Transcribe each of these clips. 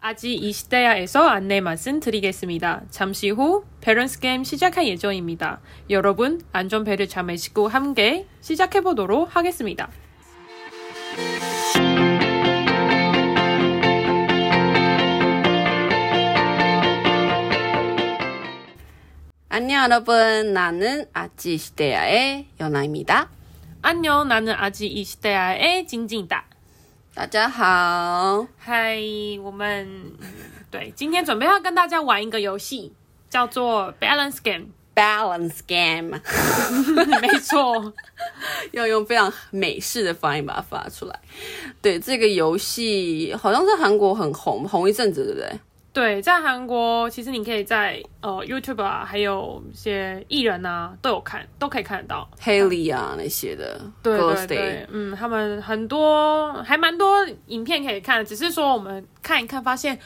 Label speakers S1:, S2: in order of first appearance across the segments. S1: 아직 이 시대야에서 안내 말씀드리겠습니다. 잠시 후 밸런스 게임 시작할 예정입니다. 여러분 안전벨을 잠으시고 함께 시작해 보도록 하겠습니다.
S2: 안녕 여러분 나는 아찌 시대야의 연아입니다.
S1: 안녕, 나는 아직 이 시대야의 징징이다.
S2: 大家好，
S1: 嗨，我们对今天准备要跟大家玩一个游戏，叫做 Balance Game。
S2: Balance Game
S1: 没错，
S2: 要用非常美式的发音把它发出来。对，这个游戏好像在韩国很红，红一阵子，对不对？
S1: 对，在韩国，其实你可以在呃 YouTube 啊，还有一些艺人啊，都有看，都可以看得到。
S2: Haley 啊那些的
S1: 对对
S2: Girls Day
S1: 对，嗯，他们很多还蛮多影片可以看的，只是说我们看一看发现，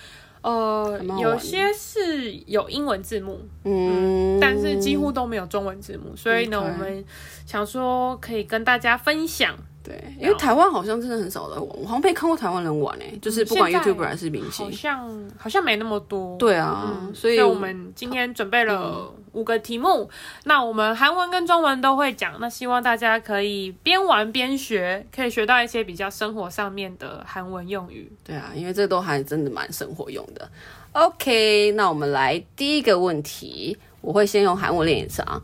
S1: 呃
S2: 还蛮，好玩的
S1: 有些是有英文字幕，
S2: 嗯，
S1: 但是几乎都没有中文字幕，所以呢，
S2: OK
S1: 我们想说可以跟大家分享。
S2: 对，
S1: 哦
S2: 因为台湾好像真的很少在玩，我好像没看过台湾人玩诶、就是不管
S1: 现在
S2: YouTuber 还是明
S1: 好
S2: 星，
S1: 像好像没那么多，
S2: 对啊，
S1: 嗯，
S2: 所
S1: 所
S2: 以
S1: 我们今天准备了五个题目，那我们韩文跟中文都会讲，那希望大家可以边玩边学，可以学到一些比较生活上面的韩文用语。
S2: 对啊，因为这都还真的蛮生活用的。OK，那我们来第一个问题，我会先用韩文练一次啊。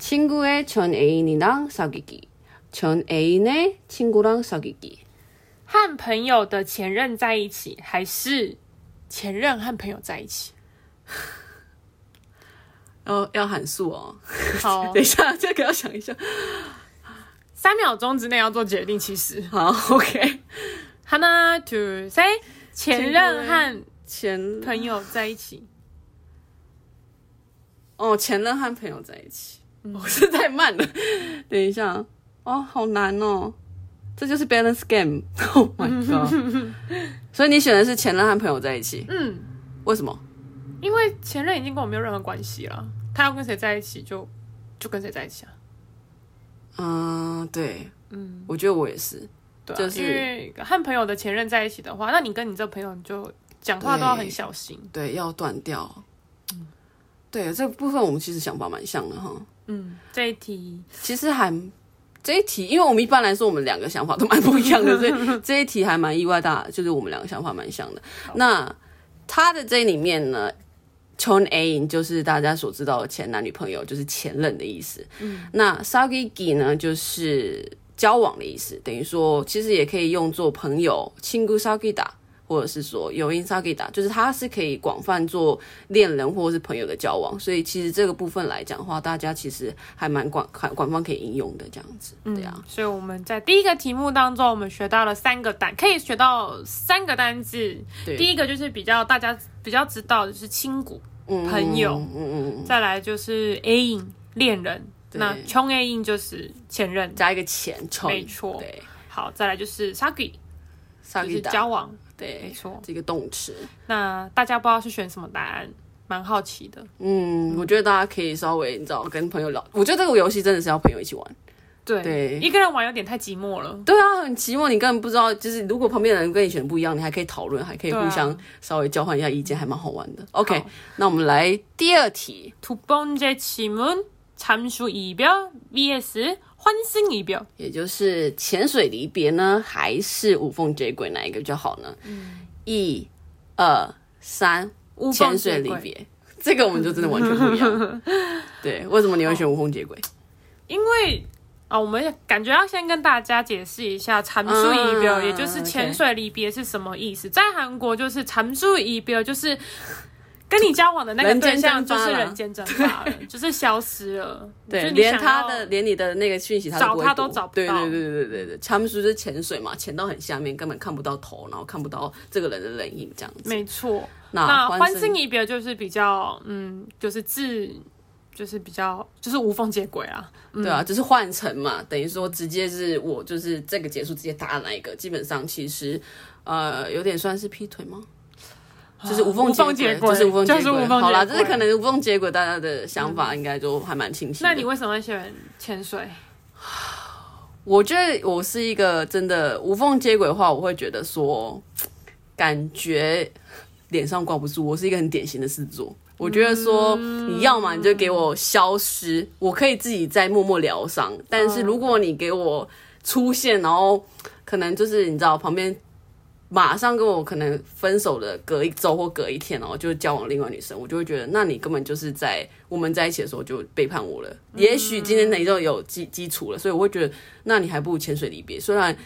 S2: 친구의전애인이랑사귀기전애인의친구랑사귀기
S1: 和朋友的前任在一起，还是前任和朋友在一 起？
S2: 哦，要喊速哦。
S1: 好
S2: 等，一下，这个要想一下。
S1: 三秒钟之内要做决定。其实，
S2: 好，OK。
S1: 하나 둘 셋，前任和
S2: 前
S1: 朋友在一起。
S2: 哦，前任和朋友在一起，我是太慢了。等一下，哦，好难哦，这就是 balance game。Oh my god！所以 你选的是前任和朋友在一起，
S1: 嗯，
S2: 为什么？
S1: 因为前任已经跟我没有任何关系了，他要跟谁在一起就就跟谁在一起啊。
S2: 嗯，对，
S1: 嗯，
S2: 我觉得我也是，
S1: 对啊、
S2: 就是
S1: 因为和朋友的前任在一起的话，那你跟你这朋友你就讲话都要很小心。
S2: 对，要断掉。对，这部分我们其实想法蛮像的哈。
S1: 嗯，这一题
S2: 其实还这一题，因为我们一般来说我们两个想法都蛮不一样的，所以这一题还蛮意外大，就是我们两个想法蛮像的。那他的这里面呢，Chon A in 就是大家所知道的前男女朋友，就是前任的意思。嗯，那 Sagigi 呢就是交往的意思，等于说其实也可以用作朋友，친구 Sagida。或者是说有인 Sagida，就是它是可以广泛做恋人或者是朋友的交往，所以其实这个部分来讲的话，大家其实还蛮广广广泛可以应用的这样子，对啊。
S1: 所以我们在第一个题目当中，我们学到了三个单，可以学到三个单字。
S2: 对
S1: 第一个就是比较大家比较知道的就是亲骨，
S2: 嗯
S1: 朋友
S2: 嗯嗯嗯，
S1: 再来就是 A 影恋人，
S2: 对
S1: 那穷 A 影就是前任。
S2: 加一个钱，冲
S1: 没错
S2: 对
S1: 好，再来就是 Sagi，
S2: 萨
S1: 就
S2: 吉
S1: 是
S2: 达，
S1: 交往。没
S2: 对，
S1: 错。
S2: 这个动词，
S1: 那大家不知道是选什么答案，蛮好奇的。
S2: 嗯，我觉得大家可以稍微你知道跟朋友聊，我觉得这个游戏真的是要朋友一起玩，
S1: 对，
S2: 对
S1: 一个人玩有点太寂寞了。
S2: 对啊，很寂寞，你根本不知道，就是如果旁边的人跟你选的不一样，你还可以讨论，还可以
S1: 对啊
S2: 互相稍微交换一下意见，还蛮好玩的。OK，
S1: 好
S2: 那我们来第二题，
S1: 두 번째 질문 잠수 이별 vs 환승 이별
S2: 也就是潜水离别呢，还是无缝接轨，哪一个比较好呢？一、二、三，
S1: 嗯无缝
S2: 潜水
S1: 接
S2: 离
S1: 轨，
S2: 别，这个我们就真的完全不一 样。对，为什么你会选无缝接轨？
S1: 因为啊、我们感觉要先跟大家解释一下잠수
S2: 嗯
S1: 이별，、也就是
S2: OK
S1: 潜水离别是什么意思。在韩国就是잠수 이별，就是跟你交往的那个
S2: 人间
S1: 对象就
S2: 蒸发
S1: 是
S2: 了
S1: 人间蒸发了，就是消失了。就
S2: 对，
S1: 是你
S2: 连
S1: 想
S2: 他
S1: 要
S2: 的连你的那个讯息他
S1: 找
S2: 不会
S1: 他
S2: 读
S1: 都找不
S2: 对
S1: 到
S2: 对对对对对，他们是不是潜水嘛？潜到很下面，根本看不到头，然后看不到这个人的人影这样子。
S1: 没错。
S2: 那
S1: 那
S2: 啊欢
S1: 欢
S2: 声
S1: 승一别就是比较嗯，就是自就是比较就是无缝接轨啊。
S2: 对啊，就是换乘嘛，等于说直接是我就是这个结束直接打哪一个，基本上其实呃有点算是劈腿吗？就是无缝
S1: 无缝
S2: 接
S1: 接轨
S2: 就是无缝接
S1: 就是无缝接轨嗯
S2: 好啦，这是可能无缝接轨，大家的想法应该就还蛮清晰的。
S1: 那你为什么会选潜水？
S2: 我觉得我是一个真的无缝接轨的话，我会觉得说，感觉脸上挂不住。我是一个很典型的狮子座，我觉得说你要嘛你就给我消失，我可以自己再默默疗伤。但是如果你给我出现，然后可能就是你知道旁边。马上跟我可能分手的隔一周或隔一天，然后就交往另外女生，我就会觉得，那你根本就是在我们在一起的时候就背叛我了。也许今天你就有基基础了，所以我会觉得，那你还不如潜水离别。虽然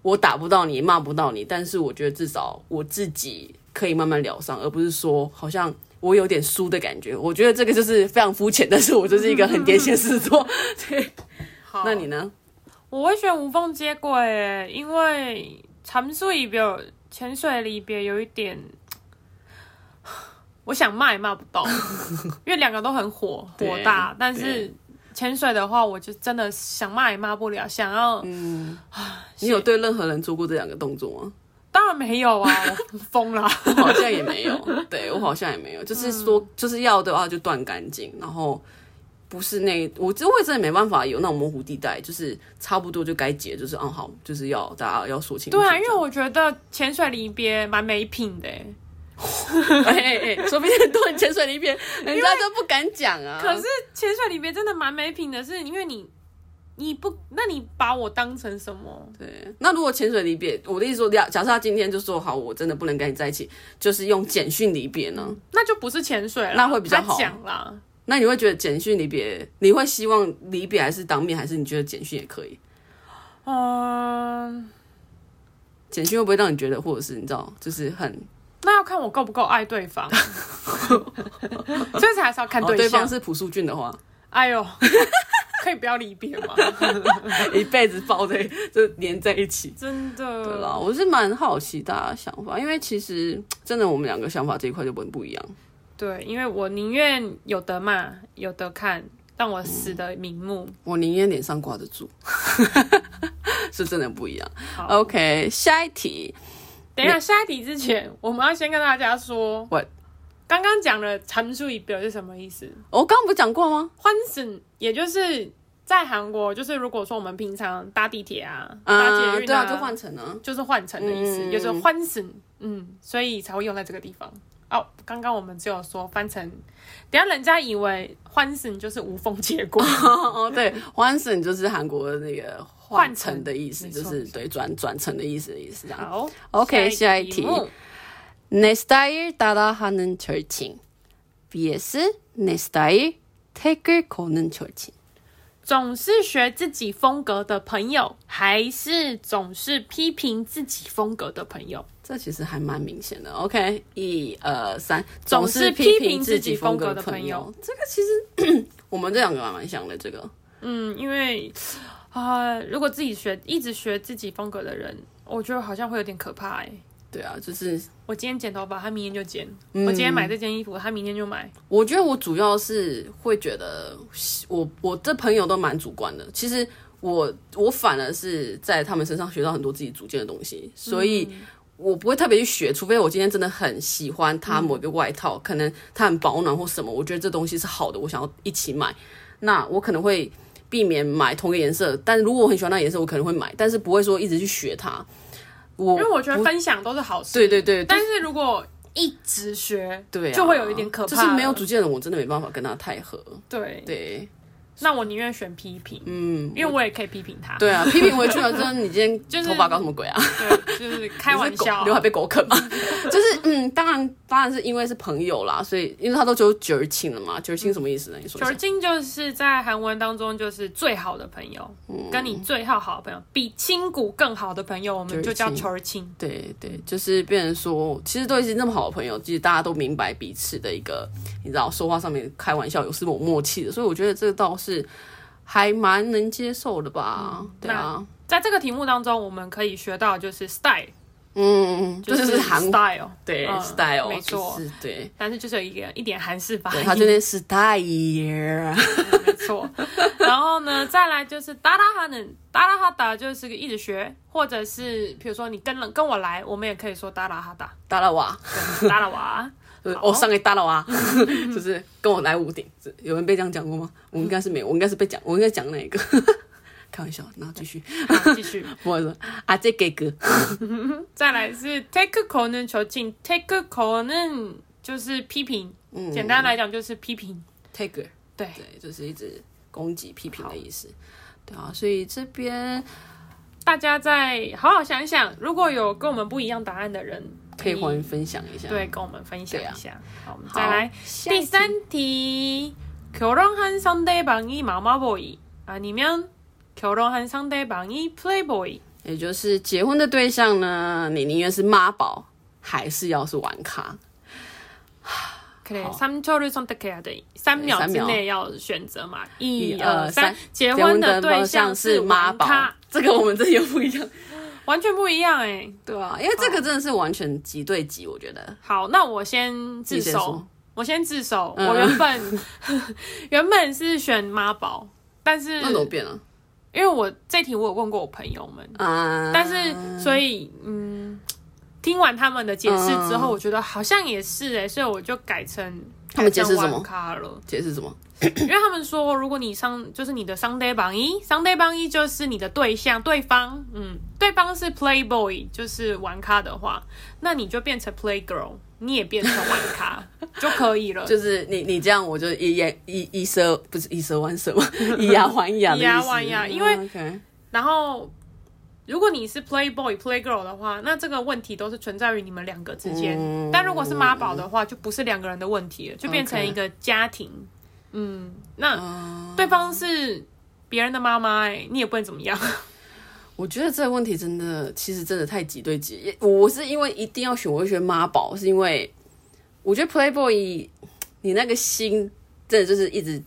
S2: 我打不到你，骂不到你，但是我觉得至少我自己可以慢慢疗伤，而不是说好像我有点输的感觉。我觉得这个就是非常肤浅，但是我就是一个很癫痫的事做。对，
S1: 好，
S2: 那你呢？
S1: 我会选无缝接轨耶，因为长宿离别、潜水离别有一点， 我想骂也骂不 到，因为两个都很火
S2: 对
S1: 火大，但是
S2: 对
S1: 潜水的话，我就真的想骂也骂不了，想要、
S2: 嗯你有对任何人做过这两个动作吗？
S1: 当然没 有啊，我疯了。
S2: 我好像也没有，对我好像也没有，就是
S1: 嗯
S2: 说、就是要的话就断干净，然后不是那我这我也真的没办法有那种模糊地带，就是差不多就该结，就是嗯好，就是要大家要说清楚这
S1: 对
S2: 样。
S1: 啊，因为我觉得潜水离别蛮没品的耶，
S2: 哎哎哎，说不定很多人潜水离别，人家都不敢讲 啊。
S1: 可是潜水离别真的蛮没品的是，因为你你不，那你把我当成什么？
S2: 对，那如果潜水离别，我的意思说，假假设他今天就说好，我真的不能跟你在一起，就是用简讯离别呢？
S1: 那就不是潜水了，
S2: 那会比较
S1: 他
S2: 好
S1: 讲啦。
S2: 那你会觉得简讯离别，你会希望离别还是当面，还是你觉得简讯也可以？
S1: 嗯，
S2: 简讯会不会让你觉得，或者是你知道，就是很
S1: 那要看我够不够爱对 方，所以才是要看
S2: 哦，对
S1: 象。
S2: 方是朴素俊的话，
S1: 哎呦，可以不要离别吗？
S2: 一辈子抱在 就黏在一起。
S1: 真
S2: 对
S1: 的，
S2: 啦，我是蛮好奇大家想法，因为其实真的我们两个想法这一块就很不一样。
S1: 对，因为我宁愿有得骂，有得看，但我死的瞑目。
S2: 我宁愿脸上挂得住， 是真的不一样。
S1: 好
S2: OK，下一题，
S1: 等一下下一题之前，我们要先跟大家说
S2: What？
S1: 刚刚讲的阐述仪表是什么意思？
S2: 我刚刚不是讲过吗？
S1: 欢神，也就是在韩国，就是如果说我们平常搭地铁啊、搭捷运
S2: 啊，对啊，就换成了。
S1: 就是换乘的意思，
S2: 嗯
S1: 就是欢神，嗯，所以才会用在这个地方。哦，刚刚我们只有说翻成，等一下人家以为欢神就是无缝接 轨，
S2: 哦，对，换成就是韩国的那个换乘的意思，
S1: 换
S2: 就
S1: 乘
S2: 是对转转乘的意思的意思这样。
S1: 好
S2: OK，
S1: 下
S2: 下一题
S1: 目
S2: 내 스타일 따라하는 절친 vs 내 스타일 택을 거는 절친
S1: 总是学自己风格的朋友，还是总是批评自己风格的朋友？
S2: 这其实还蛮明显的。OK，一二三，
S1: 总
S2: 是
S1: 是
S2: 批
S1: 批
S2: 评
S1: 评
S2: 自
S1: 自
S2: 己
S1: 己
S2: 风
S1: 风
S2: 格
S1: 格
S2: 的
S1: 的
S2: 朋
S1: 朋
S2: 友
S1: 友，
S2: 这个其实 我们这两个蛮蛮像的。这个
S1: 嗯，因为啊、如果自己学一直学自己风格的人，我觉得好像会有点可怕哎、
S2: 对啊，就是
S1: 我今天剪头发，他明天就剪；我今天买这件衣服，他明天就买。
S2: 我觉得我主要是会觉得我我的朋友都蛮主观的。其实我我反而是在他们身上学到很多自己主见的东西，所以
S1: 嗯
S2: 我不会特别去学，除非我今天真的很喜欢它某一个外
S1: 嗯
S2: 套，可能它很保暖或什么，我觉得这东西是好的，我想要一起买，那我可能会避免买同个颜色。但如果我很喜欢那个颜色，我可能会买，但是不会说一直去学它。我
S1: 因为我觉得分享都是好事，
S2: 对对对，
S1: 但是如果一直学，
S2: 对、啊，
S1: 就会有一点可怕
S2: 就是没有
S1: 了
S2: 主见的我真的没办法跟他太合。
S1: 对，
S2: 对。
S1: 那我宁愿选批评，嗯，因为我也可以批评他，
S2: 对 啊，批评回去了之后，你今天
S1: 就是
S2: 头发搞什么鬼啊？
S1: 对， 就是开玩
S2: 你是
S1: 笑
S2: 狗，刘海被狗 啃吗？就是嗯，当然当然是因为是朋友啦，所以因为他都只有九十七了嘛，九十七什么意思呢？你说一
S1: 酒
S2: 下
S1: 精就是在韩文当中就是最好的朋友，
S2: 嗯
S1: 跟你最要好的朋友，比亲骨更好的朋友，我们就叫
S2: 酒
S1: 球亲。
S2: 对对，就是变成说，其实都已经那么好的朋友，其实大家都明白彼此的一个，你知道，说话上面开玩笑有是有默契的，所以我觉得这倒是还蛮能接受的吧。
S1: 嗯
S2: 对啊，
S1: 在这个题目当中，我们可以学到就是 style，
S2: 嗯，
S1: 就
S2: 这就是韩
S1: style，
S2: 对、
S1: 嗯
S2: style，
S1: 没错哎
S2: 就是对。
S1: 但是就是有一个一点韩式发
S2: 对，
S1: 音，
S2: 他就那 style，
S1: 没错。 然后呢，再来就是哒哒哈能哒哒哈达，就是个一直学，或者是比如说你跟了跟我来，我们也可以说哒哒哈达，
S2: 打了哇。
S1: 对哒哒哇。
S2: 就是哦，上个大佬啊， 就是跟我来屋顶，有人被这样讲过吗？我应该是没有，我应该是被讲，我应该讲哪一个？ 开玩笑，然后继续，
S1: 好，继续。
S2: 我说啊，这给哥，
S1: 再来是 take a corner 求进，take a corner 就是批评，
S2: 嗯
S1: 简单来讲就是批评。
S2: ，take，
S1: 对，
S2: 对，就是一直攻击、批评的意思。对啊，所以这边
S1: 大家再好好想一想，如果有跟我们不一样答案的人，
S2: 可以欢迎分享一下。
S1: 对跟我们分享
S2: 对啊
S1: 一下。好，我们
S2: 好，
S1: 再来
S2: 下一
S1: 第
S2: 题
S1: 三题。결혼한상대방이마마보이아니면결혼한상대방이플레이보이
S2: 也就是结婚的对象呢，你宁愿是妈宝，还是要是玩咖？
S1: 그래,
S2: 好。
S1: 3초를 선택해야 돼. 3秒
S2: 3秒。
S1: 之内要选择嘛. 1, 2,
S2: 1
S1: 3.
S2: 结婚的对象是妈宝，这个我们这又不一样。
S1: 完全不一样哎、欸。
S2: 对啊，因为这个真的是完全几对几，我觉得。
S1: 好，那我先自
S2: 你先
S1: 首
S2: 说，
S1: 我先自首。
S2: 嗯
S1: 我原本 原本是选妈宝，但是
S2: 那怎么变啊了？
S1: 因为我这题我有问过我朋友们，
S2: 啊，
S1: 但是所以嗯，听完他们的解释之后，
S2: 嗯
S1: 我觉得好像也是哎、所以我就改成
S2: 他们解释
S1: 改成
S2: 什么
S1: 玩咖了，
S2: 解释什么？
S1: 因为他们说如果你上就是你的上 day 榜一，上 day 榜一就是你的对象对方，嗯，对方是 playboy 就是玩咖的话，那你就变成 play girl，你也变成玩咖就可以了，
S2: 就是你你这样，我就以眼以以奢不是以奢还奢 嘛，以牙还牙的意思。
S1: 以牙还牙因为
S2: 嗯，OK
S1: 然后，如果你是 Playboy、Playgirl 的话，那这个问题都是存在于你们两个之间。
S2: 嗯
S1: 但如果是妈宝的话，就不是两个人的问题了，就变成
S2: OK
S1: 一个家庭。嗯，那对方是别人的妈妈、哎，你也不能怎么样。
S2: 我觉得这个问题真的，其实真的太几对几。也我是因为一定要选，我会选妈宝，是因为我觉得 Playboy 你那个心真的就是一直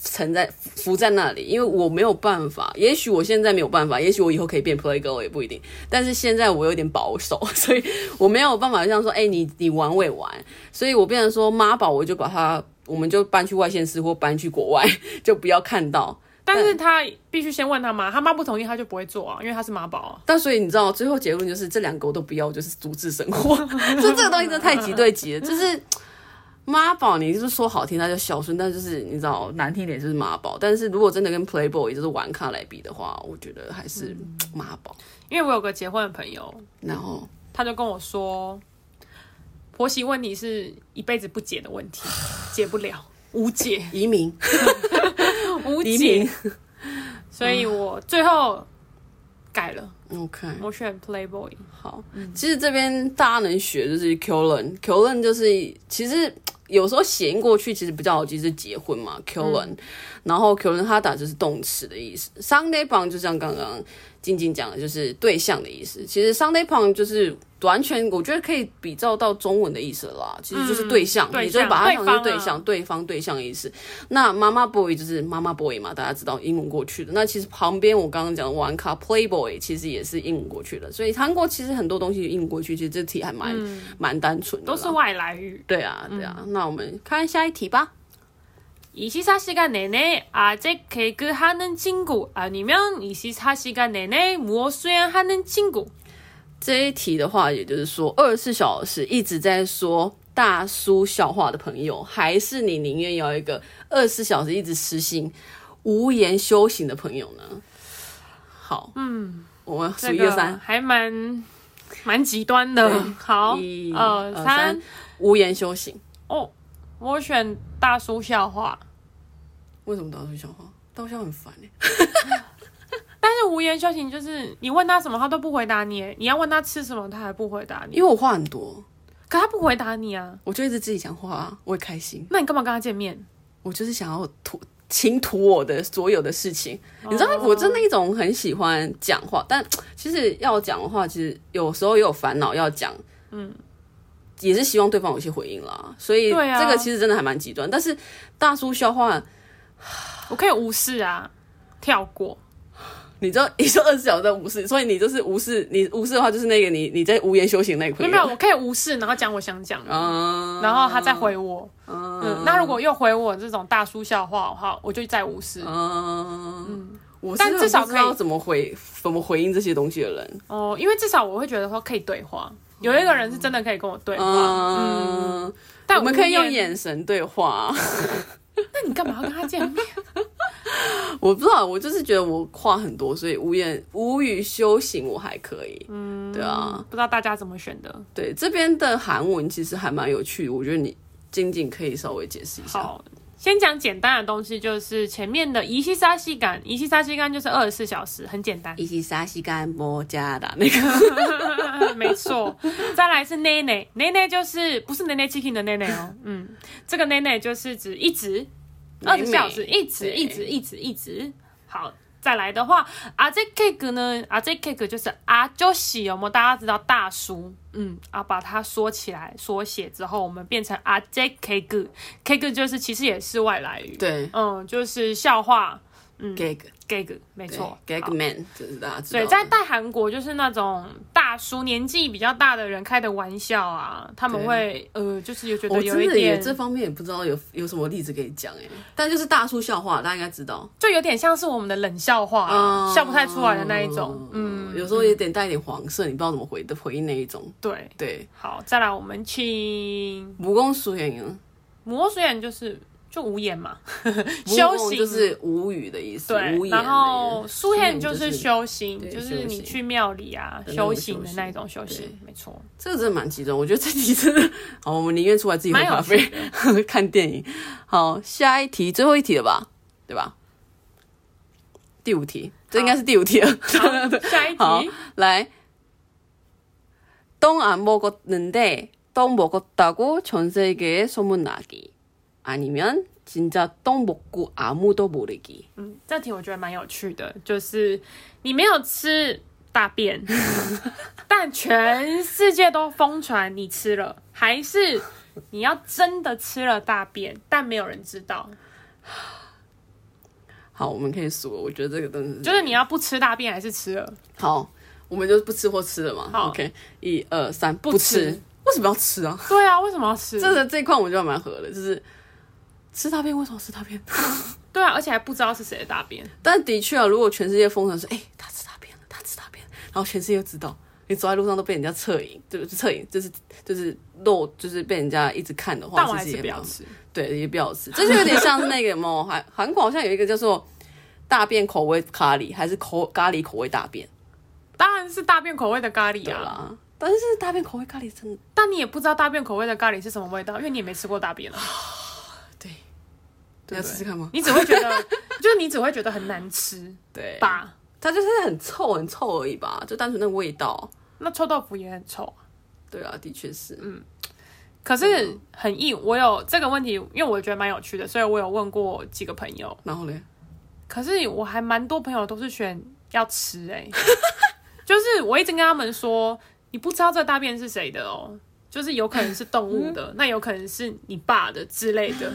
S2: 沉在浮在那里，因为我没有办法。也许我现在没有办法，也许我以后可以变 Playgirl 也不一定。但是现在我有点保守， 所以我没有办法像说，哎、你你玩我也玩，所以我变成说妈宝，我就把它，我们就搬去外县市或搬去国外， 就不要看到。
S1: 但是他必须先问他妈，他妈不同意，他就不会做啊，因为他是妈宝啊、
S2: 但所以你知道，最后结论就是这两个我都不要，我就是独自生活。就这个东西真的太极对极了，就是妈宝，你就是说好听那就孝顺，但就是你知道难听一点就是妈宝。但是如果真的跟 Playboy 也就是玩咖来比的话，我觉得还是妈宝。
S1: 因为我有个结婚的朋友，
S2: 然后
S1: 他就跟我说，婆媳问题是一辈子不解的问题，解不了，无解，
S2: 移民，
S1: 无
S2: 移
S1: 解
S2: 民。
S1: 所以我最后改了，
S2: ，OK。
S1: 我选 Playboy。
S2: 好，
S1: 嗯
S2: 其实这边大家能学就是 Qlen Qlen 就是其实有时候谐音过去其实比较好记，就是结婚嘛
S1: 嗯
S2: Qlen，、然后 Qlen 它打就是动词的意思，Sunday 旁就像刚刚静静讲的，就是对象的意思。其实 Sunday 旁就是完全我觉得可以比照到中文的意思了啦，其实就是对象，
S1: 嗯对
S2: 你就
S1: 象
S2: 把它想成
S1: 对
S2: 对
S1: 方啊
S2: 象、对方、对象的意思。那妈妈 boy 就是妈妈 boy 嘛，大家知道英文过去的。那其实旁边我刚刚讲的玩咖 playboy 其实也是英文过去的，所以韩国其实很多东西英文过去，其实这题还蛮蛮、单纯
S1: 嗯
S2: 的
S1: 都
S2: 啦。
S1: 是嗯外来语。
S2: 对啊，对啊。那我们看下一题吧。
S1: 24시간 내내 아재 개그하는 친구 아니면 24시간 내내 무엇 수행하는 친구.
S2: 这一题的话，也就是说二十四小时一直在说大叔笑话的朋友，还是你宁愿要一个二十四小时一直实行无言修行的朋友呢？好，嗯，我们数
S1: 这
S2: 一二
S1: 个
S2: 三。
S1: 还蛮蛮极端的。好，
S2: 一
S1: 二三，，
S2: 无言修行。
S1: 哦，我选大叔笑话，
S2: 为什么大叔笑话？大叔笑话很烦哎、
S1: 但是无言修行就是你问他什么他都不回答你，你要问他吃什么他还不回答你，
S2: 因为我话很多，
S1: 可他不回答你啊，
S2: 我就一直自己讲话、啊，我也开心，
S1: 那你干嘛跟他见面？
S2: 我就是想要吐。倾吐我的所有的事情，
S1: 哦
S2: 你知道，我真的一种很喜欢讲话，但其实要讲的话，其实有时候也有烦恼要讲，嗯，也是希望对方有一些回应啦。所以
S1: 对啊
S2: 这个其实真的还蛮极端，但是大叔笑话，
S1: 我可以无视啊，跳过。
S2: 你知道， 你说二十小时在无视，所以你就是无视，你无视的话就是那个你你在无言修行那个朋
S1: 没有
S2: 友，
S1: 没有，我可以无视，然后讲我想讲的，
S2: 嗯，
S1: 然后他再回我。
S2: 哦
S1: 嗯，那如果又回我这种大叔笑话的话，我就再无视。
S2: 哦嗯，我
S1: 但
S2: 是
S1: 至少
S2: 不知道
S1: 可以
S2: 怎么回怎么回应这些东西的人。
S1: 哦，因为至少我会觉得说可以对话，有一个人是真的可以跟我对话。嗯，
S2: 嗯，
S1: 但
S2: 我们可以用
S1: 无言，
S2: 眼神对话。
S1: 那你干嘛要跟他见面？
S2: 我不知道，我就是觉得我话很多，所以无言无语修行我还可以。嗯，对啊，
S1: 不知道大家怎么选的。
S2: 对这边的韩文其实还蛮有趣，我觉得你仅仅可以稍微解释一下。
S1: 好，先讲简单的东西，就是前面的一西沙西感，一西沙西感就是二十四小时，很简单。
S2: 伊西沙西干摩加的那个，
S1: 没错，再来是内内，内内就是不是内内 chicken 的内内哦，嗯，这个内内就是指一直二十小时，一直
S2: 对
S1: 一直一直一直。好，再来的话，啊这 cake 呢，啊这 cake 就是啊就喜有没有？大家知道大叔，嗯，啊把它缩起来缩写之后，我们变成啊这 cake，cake 就是其实也是外来语，，
S2: 对
S1: 嗯，就是笑话
S2: ，gag
S1: gag，没错
S2: 对
S1: 好
S2: 嗯，gag man，这是大家知道
S1: 对，
S2: 的。
S1: 在在韩国就是那种大叔年纪比较大的人开的玩笑啊，他们
S2: 对
S1: 会呃，就是有觉
S2: 我
S1: 得有
S2: 真
S1: 一
S2: 的也
S1: 点，
S2: 这方面也不知道有有什么例子可以讲哎，但就是大叔笑话，大家应该知道，
S1: 就有点像是我们的冷笑话啊、
S2: 嗯
S1: 笑不太出来的那一种。嗯，
S2: 有时候也得带一点黄色，你不知道怎么回的回应那一种。
S1: 对。
S2: 对，
S1: 好，再来我们请
S2: 无功俗演员，
S1: 魔虽然就是就无言 嘛，
S2: 无
S1: 修
S2: 功
S1: 行
S2: 就是无语的意思，无
S1: 对，
S2: 言的意
S1: 然
S2: 思。
S1: 后苏
S2: 言
S1: henn就是修行，
S2: 对
S1: 就是
S2: 修
S1: 你
S2: 行
S1: 去庙里啊
S2: 那
S1: 修
S2: 种
S1: 行
S2: 修
S1: 的
S2: 行
S1: 那一种修
S2: 对
S1: 行，没错。
S2: 这个真的蛮集中，我觉得这题真的 好，我们宁愿出来自己喝
S1: 蛮有
S2: 咖啡、 看电影。好，下一题，最后一题了吧？对吧？第五题，这应该是第五题了。
S1: 好，下一
S2: 好
S1: 题，
S2: 来，똥안먹었는데똥먹었다고전세계에소문나기아니면진짜똥먹고아무도모르기
S1: 嗯，这题我觉得蛮有趣的，就是你没有吃大 便，但全世界都疯传你吃了，还是你要真的吃了大便，但没有人知道，
S2: 好，我们可以数了。我觉得这个真的是
S1: 就是你要不吃大便还是吃了？
S2: 好，我们就不吃或吃了嘛。
S1: 好
S2: OK，一二三，
S1: 不
S2: 不吃。
S1: 吃
S2: 为什么要吃啊？
S1: 对啊，为什么要吃？
S2: 这个这一块我觉得蛮合的，就是吃大便为什么要吃大便？
S1: 对啊，而且还不知道是谁的大便，
S2: 但的确啊，如果全世界疯传说，哎、他吃大便了，他吃大便了，然后全世界都知道，你走在路上都被人家侧影，对，侧影就是就是露，就是被人家一直看的话，
S1: 但我还
S2: 其实
S1: 是
S2: 也
S1: 不要
S2: 蛮
S1: 吃。
S2: 对，也不要吃，这就有点像是那个么 韩韩国好像有一个叫做大便口味咖喱，还是口咖喱口味大便，
S1: 当然是大便口味的咖喱
S2: 对
S1: 啊，
S2: 啦。但是大便口味咖喱真的
S1: 但你也不知道大便口味的咖喱是什么味道，因为你也没吃过大便啊，
S2: 对，要试试看吗？
S1: 你只会觉得， 就是你只会觉得很难吃
S2: 对，
S1: 吧？
S2: 它就是很臭很臭而已吧，就单纯那个味道。
S1: 那臭豆腐也很臭啊。
S2: 对啊，的确是。
S1: 嗯可是很硬，我有这个问题，因为我觉得蛮有趣的，所以我有问过几个朋友。
S2: 然后嘞，
S1: 可是我还蛮多朋友都是选要吃哎、就是我一直跟他们说，你不知道这大便是谁的哦，就是有可能是动物的，那有可能是你爸的之类的。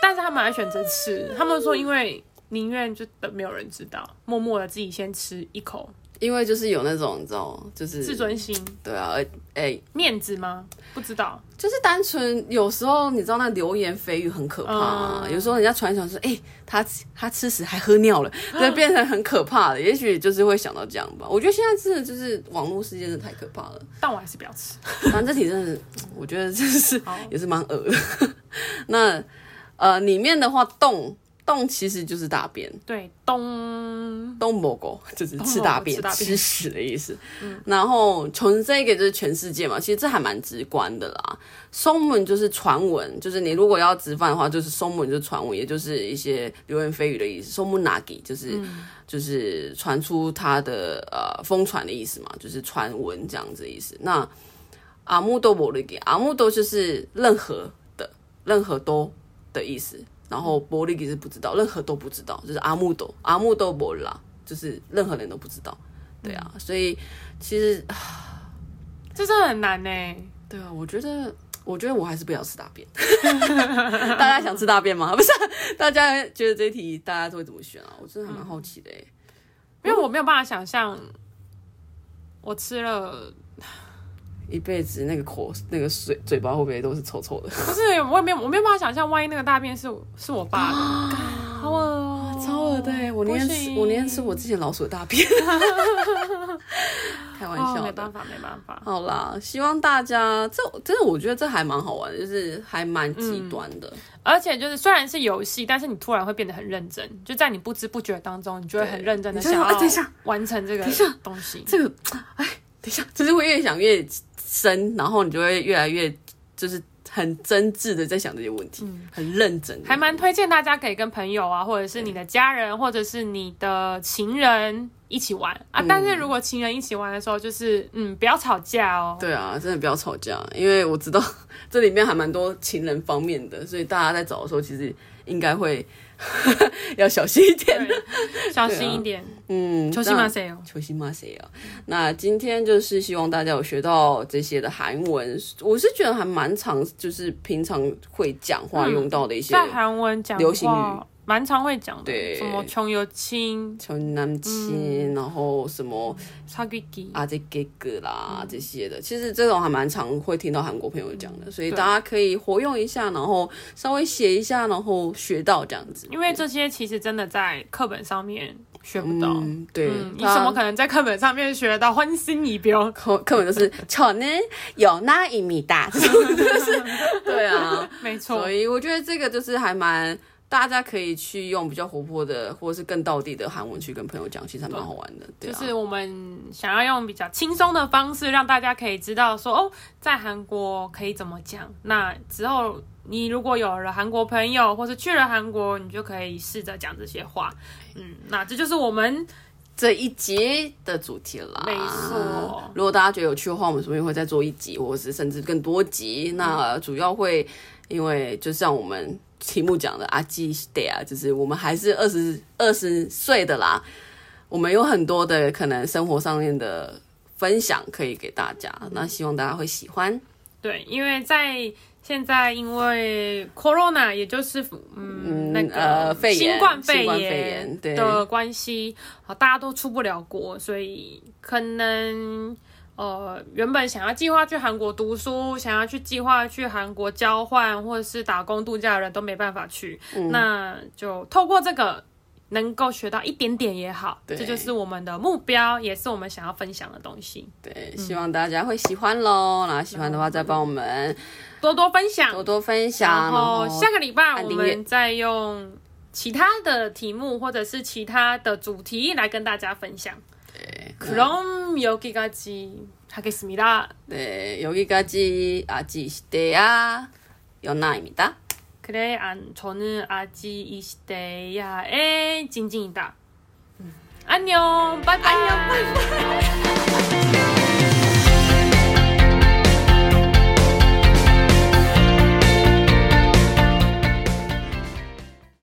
S1: 但是他们还选择吃，他们说因为宁愿就等没有人知道，默默的自己先吃一口，
S2: 因为就是有那种你知道，就是
S1: 自尊心、
S2: 对啊，而哎、
S1: 面子吗？不知道，
S2: 就是单纯有时候你知道那流言蜚语很可怕、啊，有时候人家传一传说，哎、他他吃屎还喝尿了，就变成很可怕的。也许就是会想到这样吧。我觉得现在真的就是网络世界真的太可怕了。
S1: 但我还是不要吃。
S2: 反正这题真的是，我觉得真的是
S1: 好
S2: 也是蛮恶的。 那呃，里面的话，洞洞其实就是大便。
S1: 对，咚。
S2: 东某狗 就是
S1: 东
S2: 吃
S1: 某
S2: 大
S1: 狗
S2: 便
S1: 吃、大便嗯
S2: 吃屎的意思。然后全这个就是全世界嘛，其实这还蛮直观的啦。松文就是传闻，就是你如果要直翻的话，就是松文就是传闻，也就是一些流言蜚语的意思。松木拿给就是、
S1: 嗯
S2: 就是传出他的呃疯传的意思嘛，就是传闻这样子的意思。那阿木多伯利给阿木多就是任何的任何都的意思。然后伯利给是不知道，任何都不知道，就是阿木多阿木多伯拉，就是任何人都不知道，对啊，所以其实
S1: 这真的很难欸呢、
S2: 对啊，我觉得，我觉得我还是不要吃大 便。大家想吃大便吗？不是，大家觉得这一题大家都会怎么选啊？我真的还蛮好奇的哎、
S1: 因为我没有办法想象我吃了，
S2: 一辈子那个口那个水嘴巴会不会都是臭臭的？
S1: 不是我也没有我没有办法想象，万一那个大便是是我爸的，干好恶哦、
S2: 超恶的欸，我宁愿吃，
S1: 不行
S2: 我宁愿吃我之前老鼠的大 便。开玩
S1: 哦，
S2: 笑
S1: 没
S2: 的。
S1: 办法，没办法。
S2: 好啦，希望大家这真的，我觉得这还蛮好玩的，就是还蛮极端的。
S1: 而且就是虽然是游戏，但是你突然会变得很认真，就在你不知不觉当中，你就会很认真的
S2: 你就会
S1: 想
S2: 说哎等一
S1: 要
S2: 下
S1: 完成这个东西。
S2: 这个，哎，等一下，就是会越想越深，然后你就会越来越就是很真挚的在想这些问题，很认真的
S1: 嗯还蛮推荐大家可以跟朋友啊，或者是你的家人，或者是你的情人一起玩啊。
S2: 嗯
S1: 但是如果情人一起玩的时候，就是嗯，不要吵架哦。
S2: 对啊，真的不要吵架，因为我知道这里面还蛮多情人方面的，所以大家在找的时候其实应该会 要小心一点。
S1: 对， 小心一点，
S2: 啊嗯，
S1: 求心
S2: 那
S1: 嘛谁哦。
S2: 球星骂谁啊？那今天就是希望大家有学到这些的韩文，我是觉得还蛮常，就是平常会讲话用到的一些。
S1: 在韩文讲
S2: 流行语
S1: 话蛮常会讲的，
S2: 对
S1: 什么穷有亲、
S2: 穷男亲，然后什么
S1: 差距低，
S2: 啊这哥哥啦这些的，其实这种还蛮常会听到韩国朋友讲
S1: 嗯
S2: 的，所以大家可以活用一下，然后稍微写一下，然后学到这样子。
S1: 因为这些其实真的在课本上面学不到。嗯
S2: 嗯，对，
S1: 你怎么
S2: 大家
S1: 可能在课本上面学到欢欣你标？
S2: 课课本就是 穷呢有那一米大， 这种就是对啊。
S1: 没错
S2: 所，以我觉得这个就是还蛮大家可以去用比较活泼的，或者是更道地的韩文去跟朋友讲，其实还蛮好玩的。对
S1: 就
S2: 啊，
S1: 是我们想要用比较轻松的方式，让大家可以知道说哦，在韩国可以怎么讲。那之后你如果有了韩国朋友，或是去了韩国，你就可以试着讲这些话。嗯，那这就是我们
S2: 这一集的主题啦。
S1: 没错
S2: 如果大家觉得有趣的话，我们说不定会再做一集，或者是甚至更多集。那主要会因为就像我们题目讲的阿基德啊，就是我们还是二十二十岁的啦，我们有很多的可能生活上面的分享可以给大家，那希望大家会喜欢。
S1: 对，因为在现在因为 corona，也就是嗯
S2: 嗯
S1: 那个、
S2: 呃肺炎
S1: 新冠肺
S2: 新冠肺炎对
S1: 的关系，好大家都出不了国，所以可能呃原本想要计划去韩国读书，想要去计划去韩国交换或者是打工度假的人都没办法去，
S2: 嗯
S1: 那就透过这个。能够学到一点点也好，
S2: 对
S1: 这就是我们的目标，也是我们想要分享的东西。
S2: 对，希望大家会喜欢喽。然后喜欢的话，再帮我们
S1: 多多分享，
S2: 多多分享，
S1: 然
S2: 然
S1: 后
S2: 后
S1: 下个礼拜我
S2: 按订阅
S1: 们再用其他的题目或者是其他的主题来跟大家分享。그럼여기까지하겠습니다
S2: 네, 여기까지 아지 시대야 연나입니다.
S1: 그래, 안, 저는 아직 이
S2: 음.
S1: 시대야의 징징이다. 안녕, 바이바이.